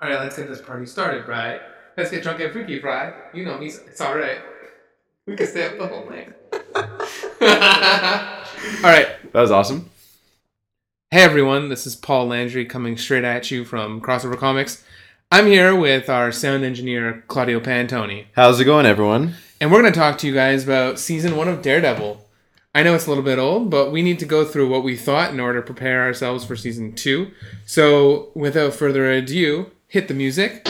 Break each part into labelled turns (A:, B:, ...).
A: All right, let's get this party started, right? Let's get drunk and freaky, right? You know me, it's all right. We can stay up the whole night. all right.
B: That was awesome.
A: Hey everyone, this is Paul Landry coming straight at you from Crossover Comics. I'm here with our sound engineer, Claudio Pantoni,
B: How's it going, everyone?
A: and we're going to talk to you guys about season one of Daredevil. I know it's a little bit old, but we need to go through what we thought in order to prepare ourselves for season two. So, without further ado, hit the music.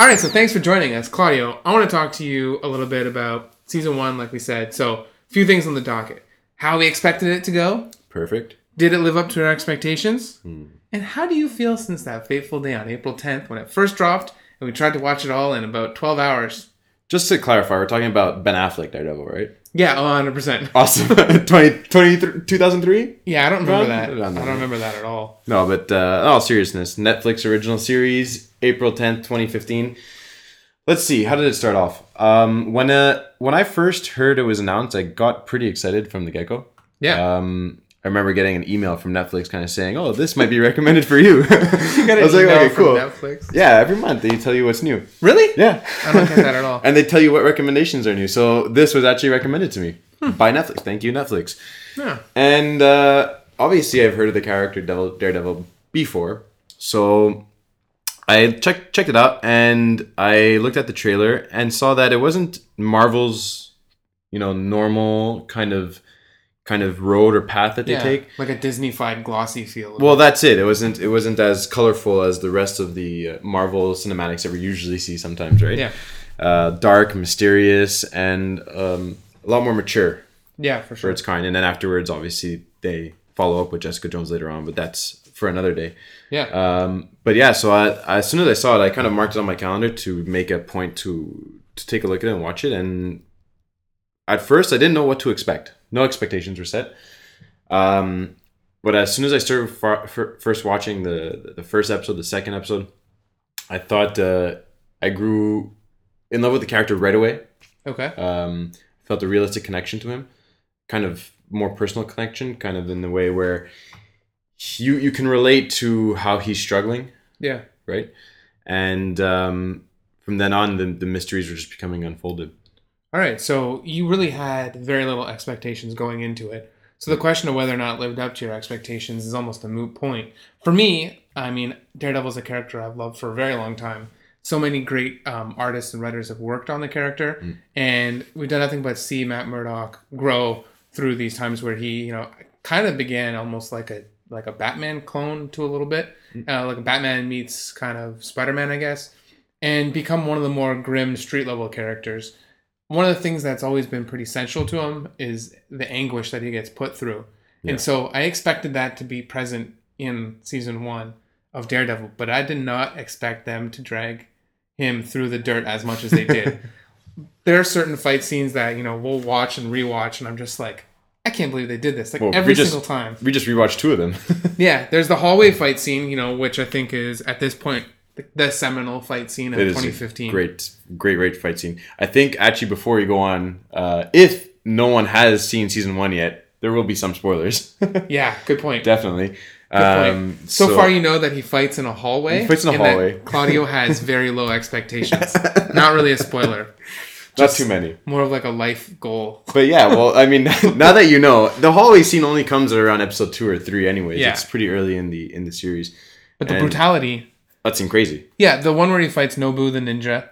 A: All right, so thanks for joining us, Claudio. I want to talk to you a little bit about season one, like we said. So, a few things on the docket. How we expected it to go.
B: Perfect.
A: Did it live up to our expectations?
B: Hmm.
A: And how do you feel since that fateful day on April 10th when it first dropped and we tried to watch it all in about 12 hours?
B: Just to clarify, we're talking about Ben Affleck Daredevil, right?
A: Yeah, 100%.
B: Awesome. 20, 20 2003?
A: Yeah, I don't remember
B: Well,
A: that.
B: I
A: I
B: don't know.
A: don't remember that at all.
B: No, but uh, in all seriousness, Netflix original series, April 10th, 2015. Let's see, how did it start off? Um, when, uh, when I first heard it was announced, I got pretty excited from the get go.
A: Yeah.
B: Um, I remember getting an email from Netflix kind of saying, oh, this might be recommended for you.
A: You got
B: I
A: an
B: was like,
A: email
B: okay,
A: from
B: cool.
A: Netflix.
B: Yeah, every month they tell you what's new.
A: Really?
B: Yeah.
A: I don't get that at all.
B: and they tell you what recommendations are new. So this was actually recommended to me by Netflix. Thank you, Netflix.
A: Hmm. Yeah.
B: And uh, obviously, I've heard of the character Devil, Daredevil before, so I checked checked it out and I looked at the trailer and saw that it wasn't Marvel's, you know, normal kind of kind of road or path that they
A: yeah.
B: take.
A: Like a Disney-fied glossy feel.
B: Well, that's it. It wasn't it wasn't as colorful as the rest of the uh, Marvel cinematics that we usually see sometimes, right?
A: Yeah.
B: Uh, dark, mysterious, and um, a lot more mature
A: yeah, for
B: for
A: sure.
B: its kind. And then afterwards, obviously, they follow up with Jessica Jones later on, but that's for another day.
A: Yeah.
B: Um, but yeah, so I, as soon as I saw it, I kind of marked it on my calendar to make a point to to take a look at it and watch it. And at first, I didn't know what to expect. No expectations were set. Um, but as soon as I started far, fir- first watching the the first episode, the second episode, I thought uh, I grew in love with the character right away
A: okay.
B: um, felt a realistic connection to him, kind of more personal connection, kind of in the way where you you can relate to how he's struggling,
A: Yeah.
B: right? And um, from then on, the, the mysteries were just becoming unfolded.
A: All right, so you really had very little expectations going into it. So the question of whether or not it lived up to your expectations is almost a moot point. For me, I mean, Daredevil's a character I've loved for a very long time. So many great um, artists and writers have worked on the character, and we've done nothing but see Matt Murdock grow through these times where he, you know, kind of began almost like a like a Batman clone to a little bit, uh, like a Batman meets kind of Spider Man, I guess, and become one of the more grim street level characters one of the things that's always been pretty central to him is the anguish that he gets put through.
B: Yeah.
A: And so I expected that to be present in season one of Daredevil, but I did not expect them to drag him through the dirt as much as they did. there are certain fight scenes that, you know, we'll watch and rewatch, and I'm just like, I can't believe they did this. Like
B: Well,
A: every
B: we just-
A: single time.
B: We just rewatched two of them.
A: Yeah, there's the hallway fight scene, you know, which I think is at this point the, the seminal fight scene of
B: It is a
A: 2015.
B: Great, great, great fight scene. I think actually before you go on, uh, if no one has seen season one yet, there will be some spoilers.
A: Yeah, good point.
B: Definitely.
A: Good
B: Um,
A: point. so, far, you know that he fights in a hallway.
B: He fights in a
A: and that
B: hallway.
A: Claudio has very low expectations. Not really a spoiler.
B: not too many.
A: More of like a life goal.
B: But yeah, well, I mean, now that you know, the hallway scene only comes at around episode two or three, anyways.
A: Yeah.
B: It's pretty early in the in the series.
A: But the
B: And-
A: brutality.
B: That seemed crazy.
A: Yeah, the one where he fights Nobu the ninja.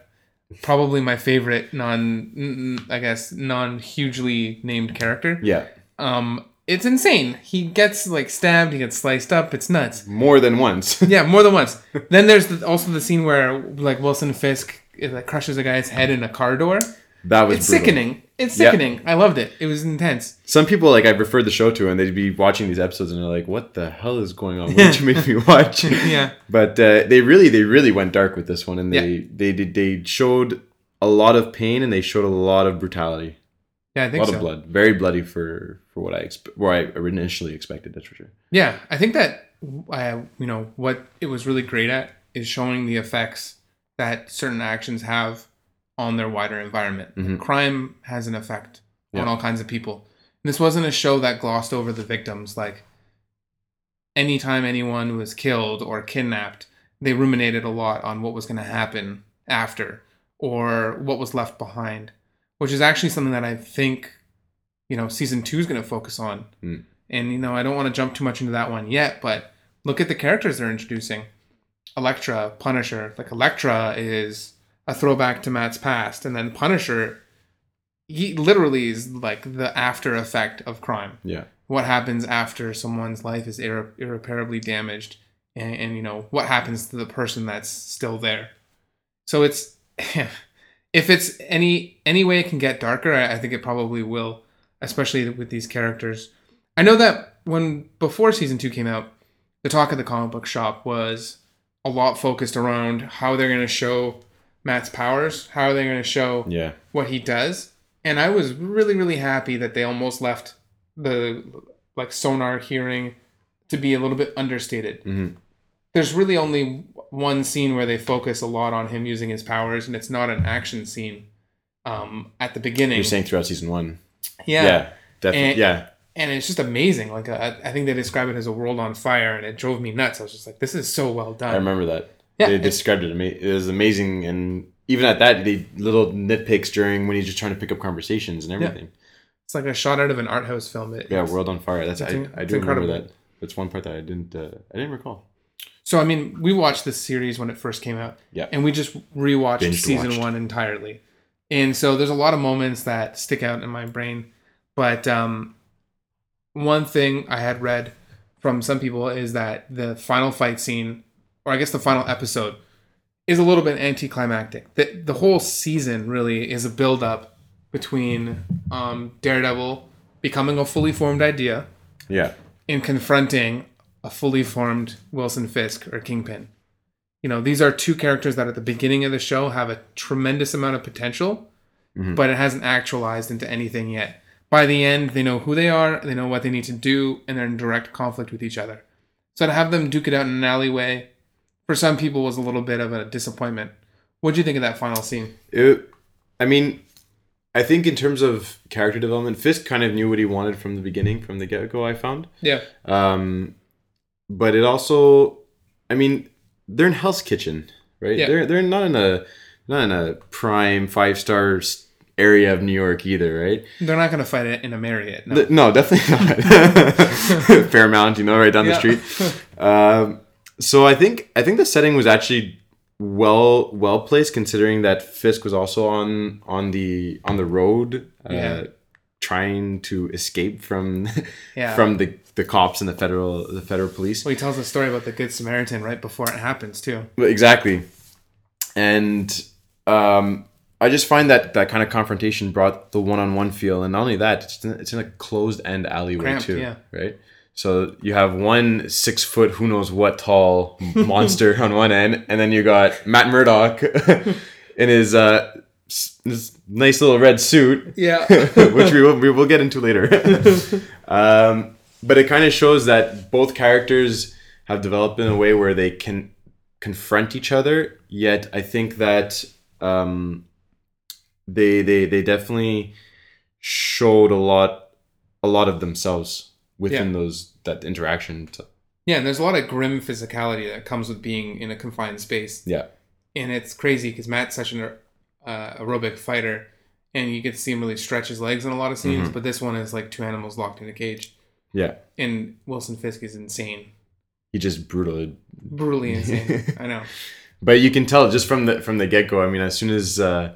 A: Probably my favorite non, n- I guess, non hugely named character.
B: Yeah,
A: Um, it's insane. He gets like stabbed. He gets sliced up. It's nuts.
B: more than once.
A: Yeah, more than once. then there's the, also the scene where like Wilson Fisk uh, like crushes a guy's head in a car door.
B: That was
A: It's
B: brutal.
A: sickening. It's
B: Yeah.
A: sickening. I loved it. It was intense.
B: Some people like I've referred the show to, and they'd be watching these episodes, and they're like, "What the hell is going on? What did you make me watch?"
A: Yeah.
B: But uh, they really, they really went dark with this one, and they they did they showed a lot of pain, and they showed a lot of brutality,
A: Yeah, I
B: a
A: think
B: lot
A: so.
B: of blood, very bloody for for what I exp- what I initially expected. That's for sure.
A: Yeah, I think that uh, you know what it was really great at is showing the effects that certain actions have on their wider environment.
B: Mhm.
A: Crime has an effect
B: Yeah.
A: on all kinds of people. And this wasn't a show that glossed over the victims. Like anytime anyone was killed or kidnapped, they ruminated a lot on what was going to happen after or what was left behind, which is actually something that I think you know season two is going to focus on and you know I don't want to jump too much into that one yet, but look at the characters they're introducing. Electra, Punisher. Like Electra is a throwback to Matt's past, and then Punisher, he literally is like the after effect of crime.
B: Yeah.
A: What happens after someone's life is irre- irreparably damaged, and, and you know what happens to the person that's still there. So it's if it's any any way it can get darker, I, I think it probably will, especially with these characters. I know that when before season two came out, the talk at the comic book shop was a lot focused around how they're going to show Matt's powers, how they're going to show
B: Yeah.
A: what he does, and I was really really happy that they almost left the like sonar hearing to be a little bit understated.
B: Mhm.
A: There's really only one scene where they focus a lot on him using his powers, and it's not an action scene um, at the beginning.
B: You're saying throughout season one.
A: yeah,
B: Yeah. definitely.
A: And-
B: yeah.
A: and it's just amazing. Like I, I think they describe it as a world on fire, and it drove me nuts. I was just like, this is so well
B: I
A: done.
B: remember that.
A: uh, Yeah,
B: they
A: it's-
B: described it. ama- It was amazing, and even at that, the little nitpicks during when he's just trying to pick up conversations and everything.
A: It's like a shot out of an art house film. It,
B: Yeah, World on Fire. That's
A: It's
B: I,
A: in-
B: I
A: it's
B: do
A: incredible.
B: remember that. That's one part that I didn't uh, I didn't recall.
A: So I mean, we watched this series when it first came out.
B: Yeah.
A: And we just rewatched
B: Binged
A: season
B: watched.
A: one entirely, and so there's a lot of moments that stick out in my brain. But um, one thing I had read from some people is that the final fight scene, or I guess the final episode, is a little bit anticlimactic. The the whole season really is a build up between um, Daredevil becoming a fully formed idea
B: Yeah,
A: in confronting a fully formed Wilson Fisk or Kingpin. You know, these are two characters that at the beginning of the show have a tremendous amount of potential, but it hasn't actualized into anything yet. By the end, they know who they are, they know what they need to do, and they're in direct conflict with each other. So to have them duke it out in an alleyway, for some people, was a little bit of a disappointment. What do you think of that final scene?
B: it, I mean, I think in terms of character development, Fisk kind of knew what he wanted from the beginning, from the get go. I found,
A: Yeah,
B: um, but it also, I mean, they're in Hell's Kitchen, right?
A: Yeah.
B: They're they're not in a not in a prime five star area of New York either, right?
A: they're not going to fight it in a Marriott. No.
B: Th- No, definitely not. Fairmount, you know, right down
A: Yeah.
B: the street. Um, so I think I think the setting was actually well well placed, considering that Fisk was also on on the on the road, uh,
A: Yeah.
B: trying to escape from
A: Yeah.
B: from the the cops and the federal the federal police.
A: Well, he tells a story about the Good Samaritan right before it happens, too.
B: Exactly, and um, I just find that that kind of confrontation brought the one-on-one feel, and not only that, it's in, it's in a closed-end alleyway
A: Cramped,
B: too,
A: yeah.
B: right? So you have one six-foot, who knows what tall monster on one end, and then you got Matt Murdock in his uh, s- his nice little red suit,
A: Yeah.
B: which we will, we will get into later. um, but it kind of shows that both characters have developed in a way where they can confront each other. Yet I think that um, they they they definitely showed a lot a lot of themselves within
A: Yeah.
B: those that interaction. So,
A: Yeah, and there's a lot of grim physicality that comes with being in a confined space,
B: yeah,
A: and it's crazy because Matt's such an uh, aerobic fighter, and you get to see him really stretch his legs in a lot of scenes.
B: Mm-hmm.
A: But this one is like two animals locked in a cage,
B: yeah.
A: and Wilson Fisk is insane,
B: He just brutal
A: brutally insane. I know.
B: but you can tell just from the from the get go. I mean, as soon as uh,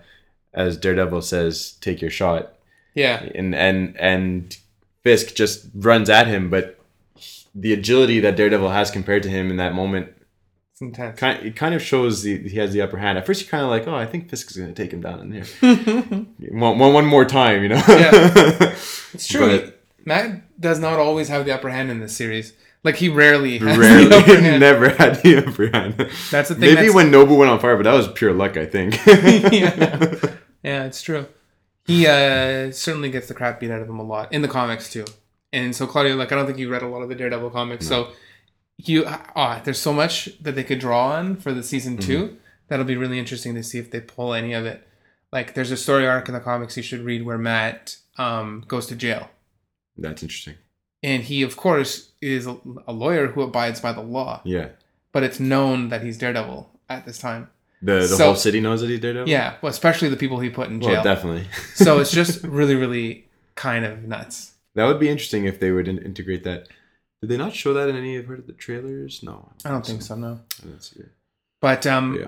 B: as Daredevil says, "Take your shot,"
A: Yeah,
B: and and and Fisk just runs at him, but the agility that Daredevil has compared to him in that moment
A: It's intense.
B: Kind, it kind of shows the, he has the upper hand. At first, you're kind of like, oh, I think Fisk is going to take him down in here. one, one, one more time, you know?
A: Yeah. It's true.
B: But-
A: Matt does not always have the upper hand in this series. Like he rarely has
B: Rarely,
A: the upper hand.
B: never had the upper hand.
A: That's the thing.
B: Maybe
A: that's-
B: when Nobu went on fire, but that was pure luck, I think.
A: yeah. yeah, it's true. He uh, certainly gets the crap beat out of him a lot in the comics too. And so Claudio, like, I don't think you read a lot of the Daredevil comics, so you ah, there's so much that they could draw on for the season two. That'll be really interesting to see if they pull any of it. Like, there's a story arc in the comics you should read where Matt um, goes to jail,
B: That's interesting.
A: and he, of course, is a, a lawyer who abides by the law,
B: Yeah.
A: but it's known that he's Daredevil at this time.
B: The, the
A: So-
B: whole city knows that he's Daredevil?
A: Yeah, well, especially the people he put in jail.
B: Well, definitely.
A: So it's just really, really kind of nuts.
B: That would be interesting if they would in- integrate that. Did they not show that in any of part of the trailers? No,
A: I don't think so, no.
B: I didn't see it.
A: But um,
B: Yeah.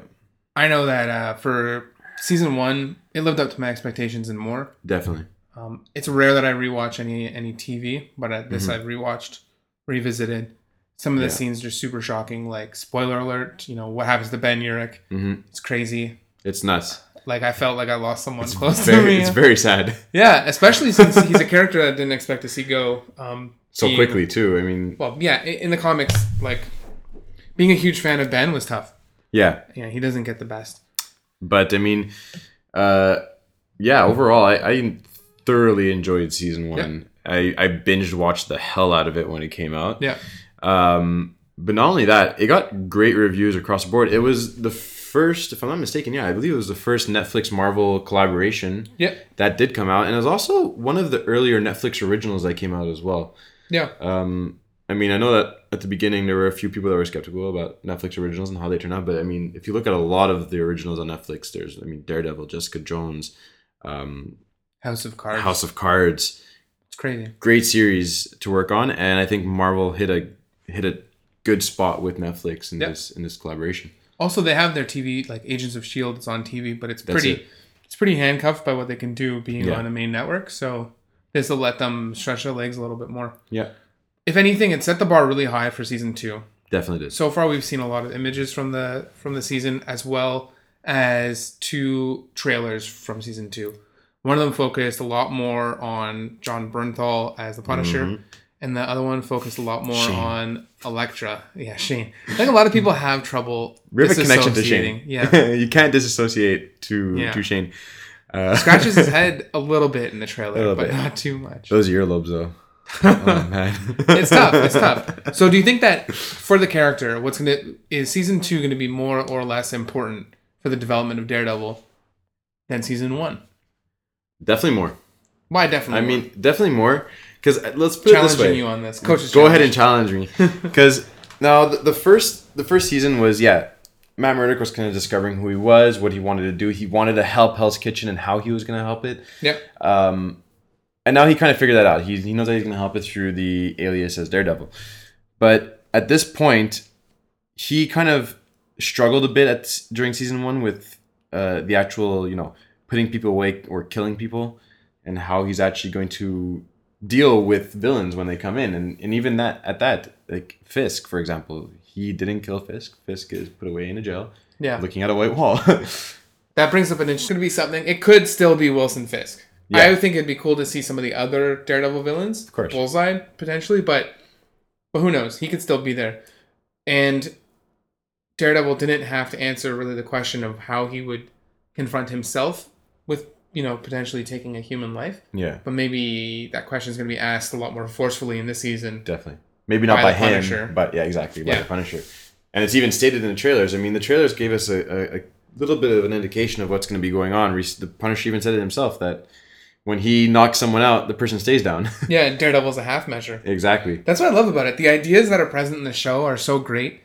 A: I know that uh, for season one, it lived up to my expectations and more.
B: Definitely.
A: Um, it's rare that I rewatch any any TV, but uh this
B: Mhm.
A: I've rewatched, revisited. Some of the
B: Yeah.
A: scenes are super shocking. Like spoiler alert, you know what happens to Ben Urich?
B: hmm
A: It's crazy. It's
B: It's nuts.
A: like I felt like I lost someone
B: It's
A: close
B: very,
A: to me.
B: it's very sad.
A: yeah, especially since he's a character that I didn't expect to see go um,
B: So
A: being-
B: quickly too. I mean,
A: Well, yeah, i- in the comics, like being a huge fan of Ben was tough.
B: yeah.
A: Yeah, he doesn't get the best.
B: But I mean, uh, yeah. Overall, I, I thoroughly enjoyed season one. I, I binged watched the hell out of it when it came out.
A: Yeah.
B: Um, but not only that, it got great reviews across the board. It was the first, if I'm not mistaken, yeah, I believe it was the first Netflix Marvel collaboration
A: Yep.
B: that did come out, and it was also one of the earlier Netflix originals that came out as well.
A: Yeah.
B: Um, I mean, I know that at the beginning there were a few people that were skeptical about Netflix originals and how they turn out, but I mean, if you look at a lot of the originals on Netflix, there's, I mean, Daredevil, Jessica Jones, um,
A: House of Cards.
B: House of Cards,
A: It's crazy.
B: great series to work on, and I think Marvel hit a hit a good spot with Netflix in
A: Yep.
B: this in this collaboration.
A: Also, they have their TV like Agents of Shield E is on TV, but it's
B: That's
A: pretty it's pretty handcuffed by what they can do being
B: Yeah.
A: on a main network. So this will let them stretch their legs a little bit more.
B: Yeah,
A: If anything, it set the bar really high for season two.
B: definitely did.
A: So far, we've seen a lot of images from the from the season, as well as two trailers from season two. One of them focused a lot more on John Bernthal as the Punisher, and the other one focused a lot more
B: Mm-hmm. Shane.
A: on Elektra. Yeah, Shane. I think a lot of people have trouble
B: We have a connection to
A: disassociating.
B: Shane.
A: Yeah,
B: you can't disassociate to
A: Yeah.
B: to Shane. Uh,
A: scratches his head a little bit in the trailer,
B: little
A: but
B: bit.
A: not too much.
B: Those earlobes, though. oh man,
A: it's tough. It's tough. So, do you think that for the character, what's gonna is season two gonna be more or less important for the development of Daredevil than season one?
B: Definitely more.
A: Why definitely?
B: I
A: more?
B: mean, definitely more. Because let's put it this
A: challenging
B: way.
A: you on this, coaches.
B: Go ahead and challenge me. Because now the, the first the first season was yeah, Matt Murdock was kind of discovering who he was, what he wanted to do. He wanted to help Hell's Kitchen and how he was going to help it.
A: Yep.
B: Um, and now he kind of figured that out. He, he knows that he's going to help it through the alias as Daredevil. But at this point, he kind of struggled a bit at during season one with uh, the actual, you know, putting people away or killing people and how he's actually going to deal with villains when they come in. And, and even that at that, like Fisk, for example, he didn't kill Fisk. Fisk is put away in a jail
A: Yeah,
B: looking at a white wall.
A: that brings up an interesting. Going to be something. It could still be Wilson Fisk.
B: Yeah.
A: I would think it'd be cool to see some of the other Daredevil villains, of
B: course.
A: Bullseye potentially, but but who knows? He could still be there, and Daredevil didn't have to answer really the question of how he would confront himself with you know potentially taking a human life,
B: yeah,
A: but maybe that question is going to be asked a lot more forcefully in this season.
B: definitely. Maybe not
A: By
B: by,
A: the
B: him,
A: Punisher.
B: but yeah, exactly by
A: Yeah.
B: the Punisher. And it's even stated in the trailers. I mean, the trailers gave us a, a, a little bit of an indication of what's going to be going on. Re- The Punisher even said it himself that when he knocks someone out, the person stays down.
A: Yeah, and Daredevil's a half measure.
B: exactly.
A: That's what I love about it. The ideas that are present in the show are so great.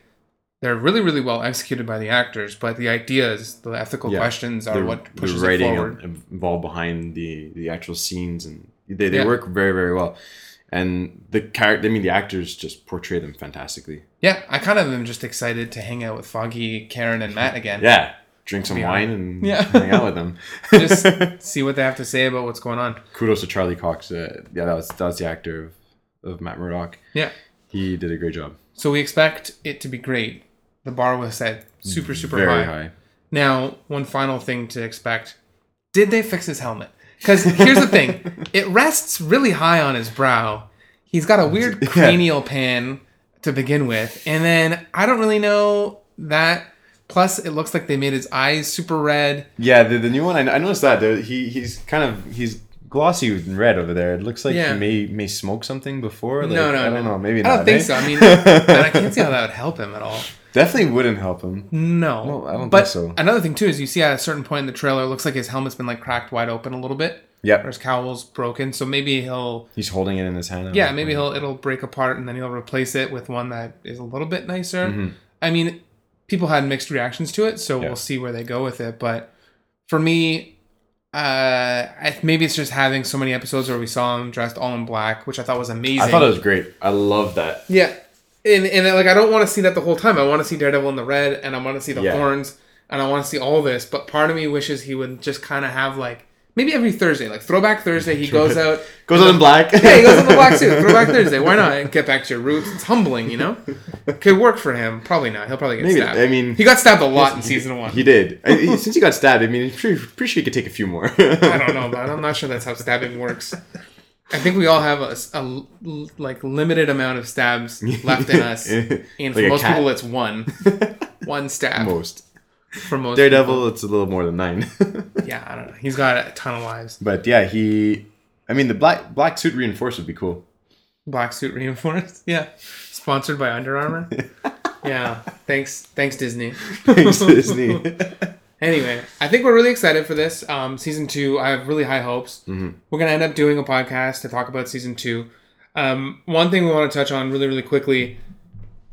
A: They're really, really well executed by the actors, but the ideas, the ethical
B: Yeah.
A: questions, are Uh, what pushes
B: the
A: it
B: writing
A: forward.
B: in- involved behind the the actual scenes and they, they
A: Yeah.
B: work very very well and the character i mean the actors just portray them fantastically
A: Yeah, I kind of am just excited to hang out with Foggy, Karen, and Matt again.
B: yeah drink some
A: Yeah.
B: wine and
A: Yeah.
B: hang out with them
A: just see what they have to say about what's going on.
B: kudos to charlie cox uh, yeah that was that was the actor of, of matt murdock
A: Yeah.
B: he did a great job
A: So we expect it to be great. the bar was set super super
B: Very
A: high.
B: high.
A: Now, one final thing to expect: Did they fix his helmet? Because here's the thing: it rests really high on his brow. He's got a weird cranial pan to begin with, and then I don't really know that. Plus, it looks like they made his eyes super red.
B: Yeah, the, the new one. I, I noticed that there, he he's kind of he's glossy and red over there. It looks like
A: Yeah.
B: he may may smoke something before. Like,
A: No, no,
B: I don't
A: no.
B: know. Maybe
A: I don't
B: not,
A: think
B: eh?
A: so. I mean, and I can't see how that would help him at all.
B: definitely wouldn't help him.
A: No,
B: No, I don't
A: but
B: think so.
A: Another thing too is you see at a certain point in the trailer, it looks like his helmet's been like cracked wide open a little bit, or
B: Yep,
A: his cowl's broken. So maybe he'll
B: he's holding it in his hand.
A: Yeah, maybe he'll it'll break apart and then he'll replace it with one that is a little bit nicer.
B: Mhm.
A: I mean, people had mixed reactions to it, so
B: Yeah.
A: we'll see where they go with it. But for me, uh, I, maybe it's just having so many episodes where we saw him dressed all in black, which I thought was amazing.
B: I thought it was great. I love that.
A: yeah, and and like I don't want to see that the whole time. I want to see Daredevil in the red, and I want to see the
B: Yeah.
A: horns, and I want to see all this. But part of me wishes he would just kind of have like maybe every Thursday, like Throwback Thursday, he goes out
B: Goes out in black.
A: yeah, he goes on the black suit. Throwback Thursday. Why not? Get back to your roots. It's humbling, you know. Could work for him. Probably not. He'll probably get
B: Maybe-
A: stabbed.
B: I mean-
A: he got stabbed a lot in season one.
B: He did. I- he- Since he got stabbed, I mean, I'm pretty, pretty sure he could take a few more.
A: I don't know, but I'm not sure that's how stabbing works. I think we all have a, s- a l- like limited amount of stabs left in us, and for
B: Like a
A: most
B: cat.
A: people, it's one, one stab
B: Most.
A: for most.
B: Daredevil, it's a little more than nine.
A: people. Yeah, I don't know. He's got a ton of lives.
B: but yeah, he. I mean, the black black suit reinforced would be cool.
A: Black suit reinforced. Yeah, sponsored by Under Armour. Yeah, thanks, thanks Disney.
B: Thanks to Disney.
A: Anyway, I think we're really excited for this um, season two. I have really high hopes. We're gonna end up doing a podcast to talk about season two. Um, one thing we want to touch on really, really quickly: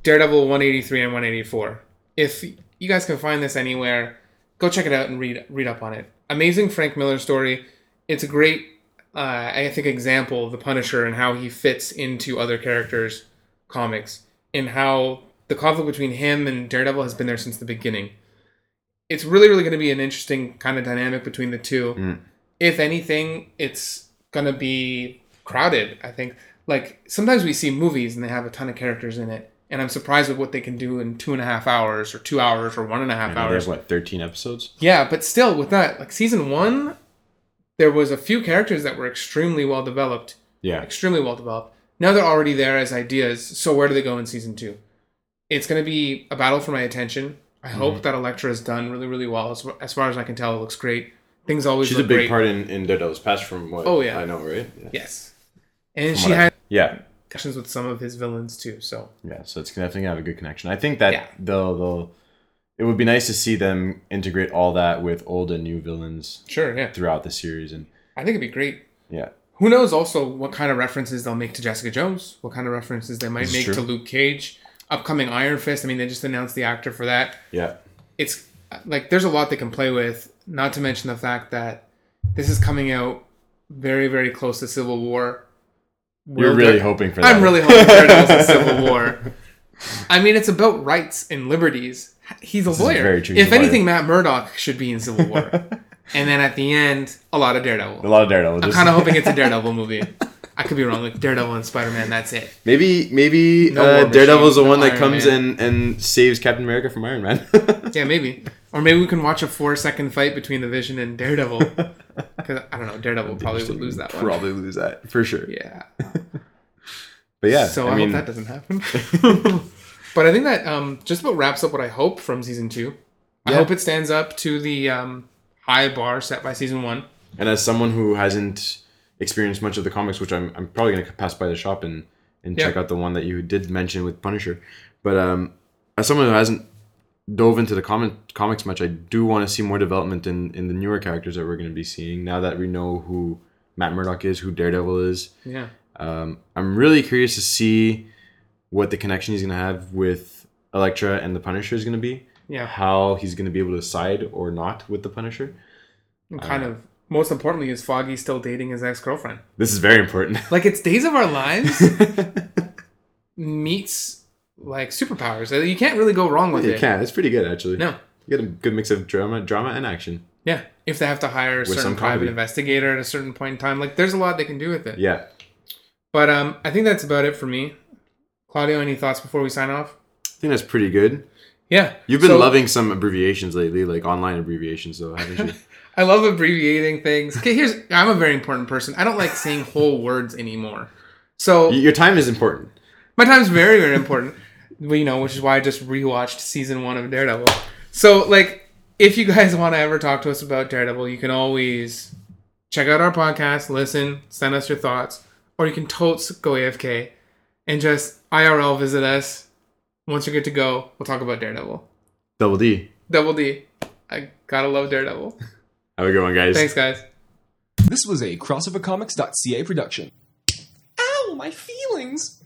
A: Daredevil 183 and 184. If you guys can find this anywhere, go check it out and read read up on it. Amazing Frank Miller story. It's a great, uh, I think, example of the Punisher and how he fits into other characters' comics and how the conflict between him and Daredevil has been there since the beginning it's really really going to be an interesting kind of dynamic between the two. If anything, it's going to be crowded. I think like sometimes we see movies and they have a ton of characters in it, and I'm surprised with what they can do in two and a half hours or two hours or one and a half
B: Now
A: hours.
B: There's what thirteen episodes.
A: Yeah, but still with that, like season one, there was a few characters that were extremely well developed
B: Yeah,
A: extremely well developed. Now they're already there as ideas, so where do they go in season two? It's going to be a battle for my attention. I
B: Mm-hmm.
A: hope that Elektra is done really, really well. As, as far as I can tell, it looks great. Things always
B: she's a
A: look
B: big
A: great.
B: part in in Daredevil's past. From what
A: Oh, yeah.
B: I know, right? Yeah.
A: Yes. And
B: From
A: she
B: what I-
A: had
B: yeah,
A: discussions with some of his villains too. So
B: yeah. So it's definitely gonna have a good connection. I think that
A: Yeah.
B: they'll they'll. It would be nice to see them integrate all that with old and new villains
A: sure, yeah.
B: throughout the series, and
A: I think it'd be great.
B: yeah,
A: Who knows also what kind of references they'll make to Jessica Jones, what kind of references they might
B: This is
A: make
B: true.
A: to Luke Cage, upcoming Iron Fist. I mean, they just announced the actor for that.
B: yeah.
A: it's like there's a lot they can play with. Not to mention the fact that this is coming out very, very close to Civil War.
B: We're
A: Will
B: really
A: Dare-
B: hoping for that.
A: I'm really hoping Daredevil's in Civil War. I mean, it's about rights and liberties. He's a lawyer.
B: very true, he's
A: If
B: a lawyer.
A: anything, Matt Murdock should be in Civil War. and then at the end, a lot of Daredevil.
B: a lot of Daredevil.
A: I'm
B: just-
A: kind of hoping it's a Daredevil movie. I could be wrong. Like Daredevil and Spider Man. That's it.
B: Maybe maybe
A: No War
B: uh,
A: Machine,
B: Daredevil's the
A: no
B: one that
A: Iron
B: comes
A: Man.
B: and and saves Captain America from Iron Man.
A: Yeah, maybe. Or maybe we can watch a four second fight between the Vision and Daredevil. Because I don't know, Daredevil probably would lose that one.
B: Probably lose that for sure.
A: Yeah.
B: But yeah,
A: So I,
B: I, mean,
A: hope that doesn't happen. but I think that um, just about wraps up what I hope from season two. I
B: Yeah.
A: hope it stands up to the um, high bar set by season one.
B: and as someone who hasn't experienced much of the comics, which I'm, I'm probably gonna pass by the shop and and
A: Yeah.
B: check out the one that you did mention with Punisher, but um, as someone who hasn't dove into the comic comics much, I do want to see more development in in the newer characters that we're gonna be seeing now that we know who Matt Murdock is, who Daredevil is.
A: Yeah.
B: Um, I'm really curious to see what the connection he's going to have with Elektra and the Punisher is going to be.
A: Yeah.
B: How he's going to be able to side or not with the Punisher.
A: And kind of, most importantly, is Foggy still dating his ex girlfriend?
B: This is very important.
A: Like, it's Days of Our Lives meets like superpowers. You can't really go wrong with
B: you
A: it.
B: can. It's pretty good actually.
A: No.
B: You get a good mix of drama, drama and action.
A: Yeah, if they have to hire a certain
B: some
A: private
B: comedy.
A: investigator at a certain point in time, like there's a lot they can do with it.
B: Yeah.
A: But um, I think that's about it for me. Claudio, any thoughts before we sign off?
B: I think that's pretty good.
A: Yeah.
B: You've been
A: So,
B: loving some abbreviations lately, like online abbreviations, though, haven't you?
A: I love abbreviating things. Okay, here's I'm a very important person. I don't like saying whole words anymore. So
B: Y- Your time is important.
A: My time's very, very important. Well, you know, which is why I just rewatched season one of Daredevil. So, like, if you guys want to ever talk to us about Daredevil, you can always check out our podcast, listen, send us your thoughts, or you can totes go AFK and just IRL visit us. Once you're good to go, we'll talk about Daredevil.
B: Double D.
A: Double D. I gotta love Daredevil.
B: Have a good one, guys.
A: Thanks, guys.
C: This was a crossovercomics.ca production. Ow, my feelings!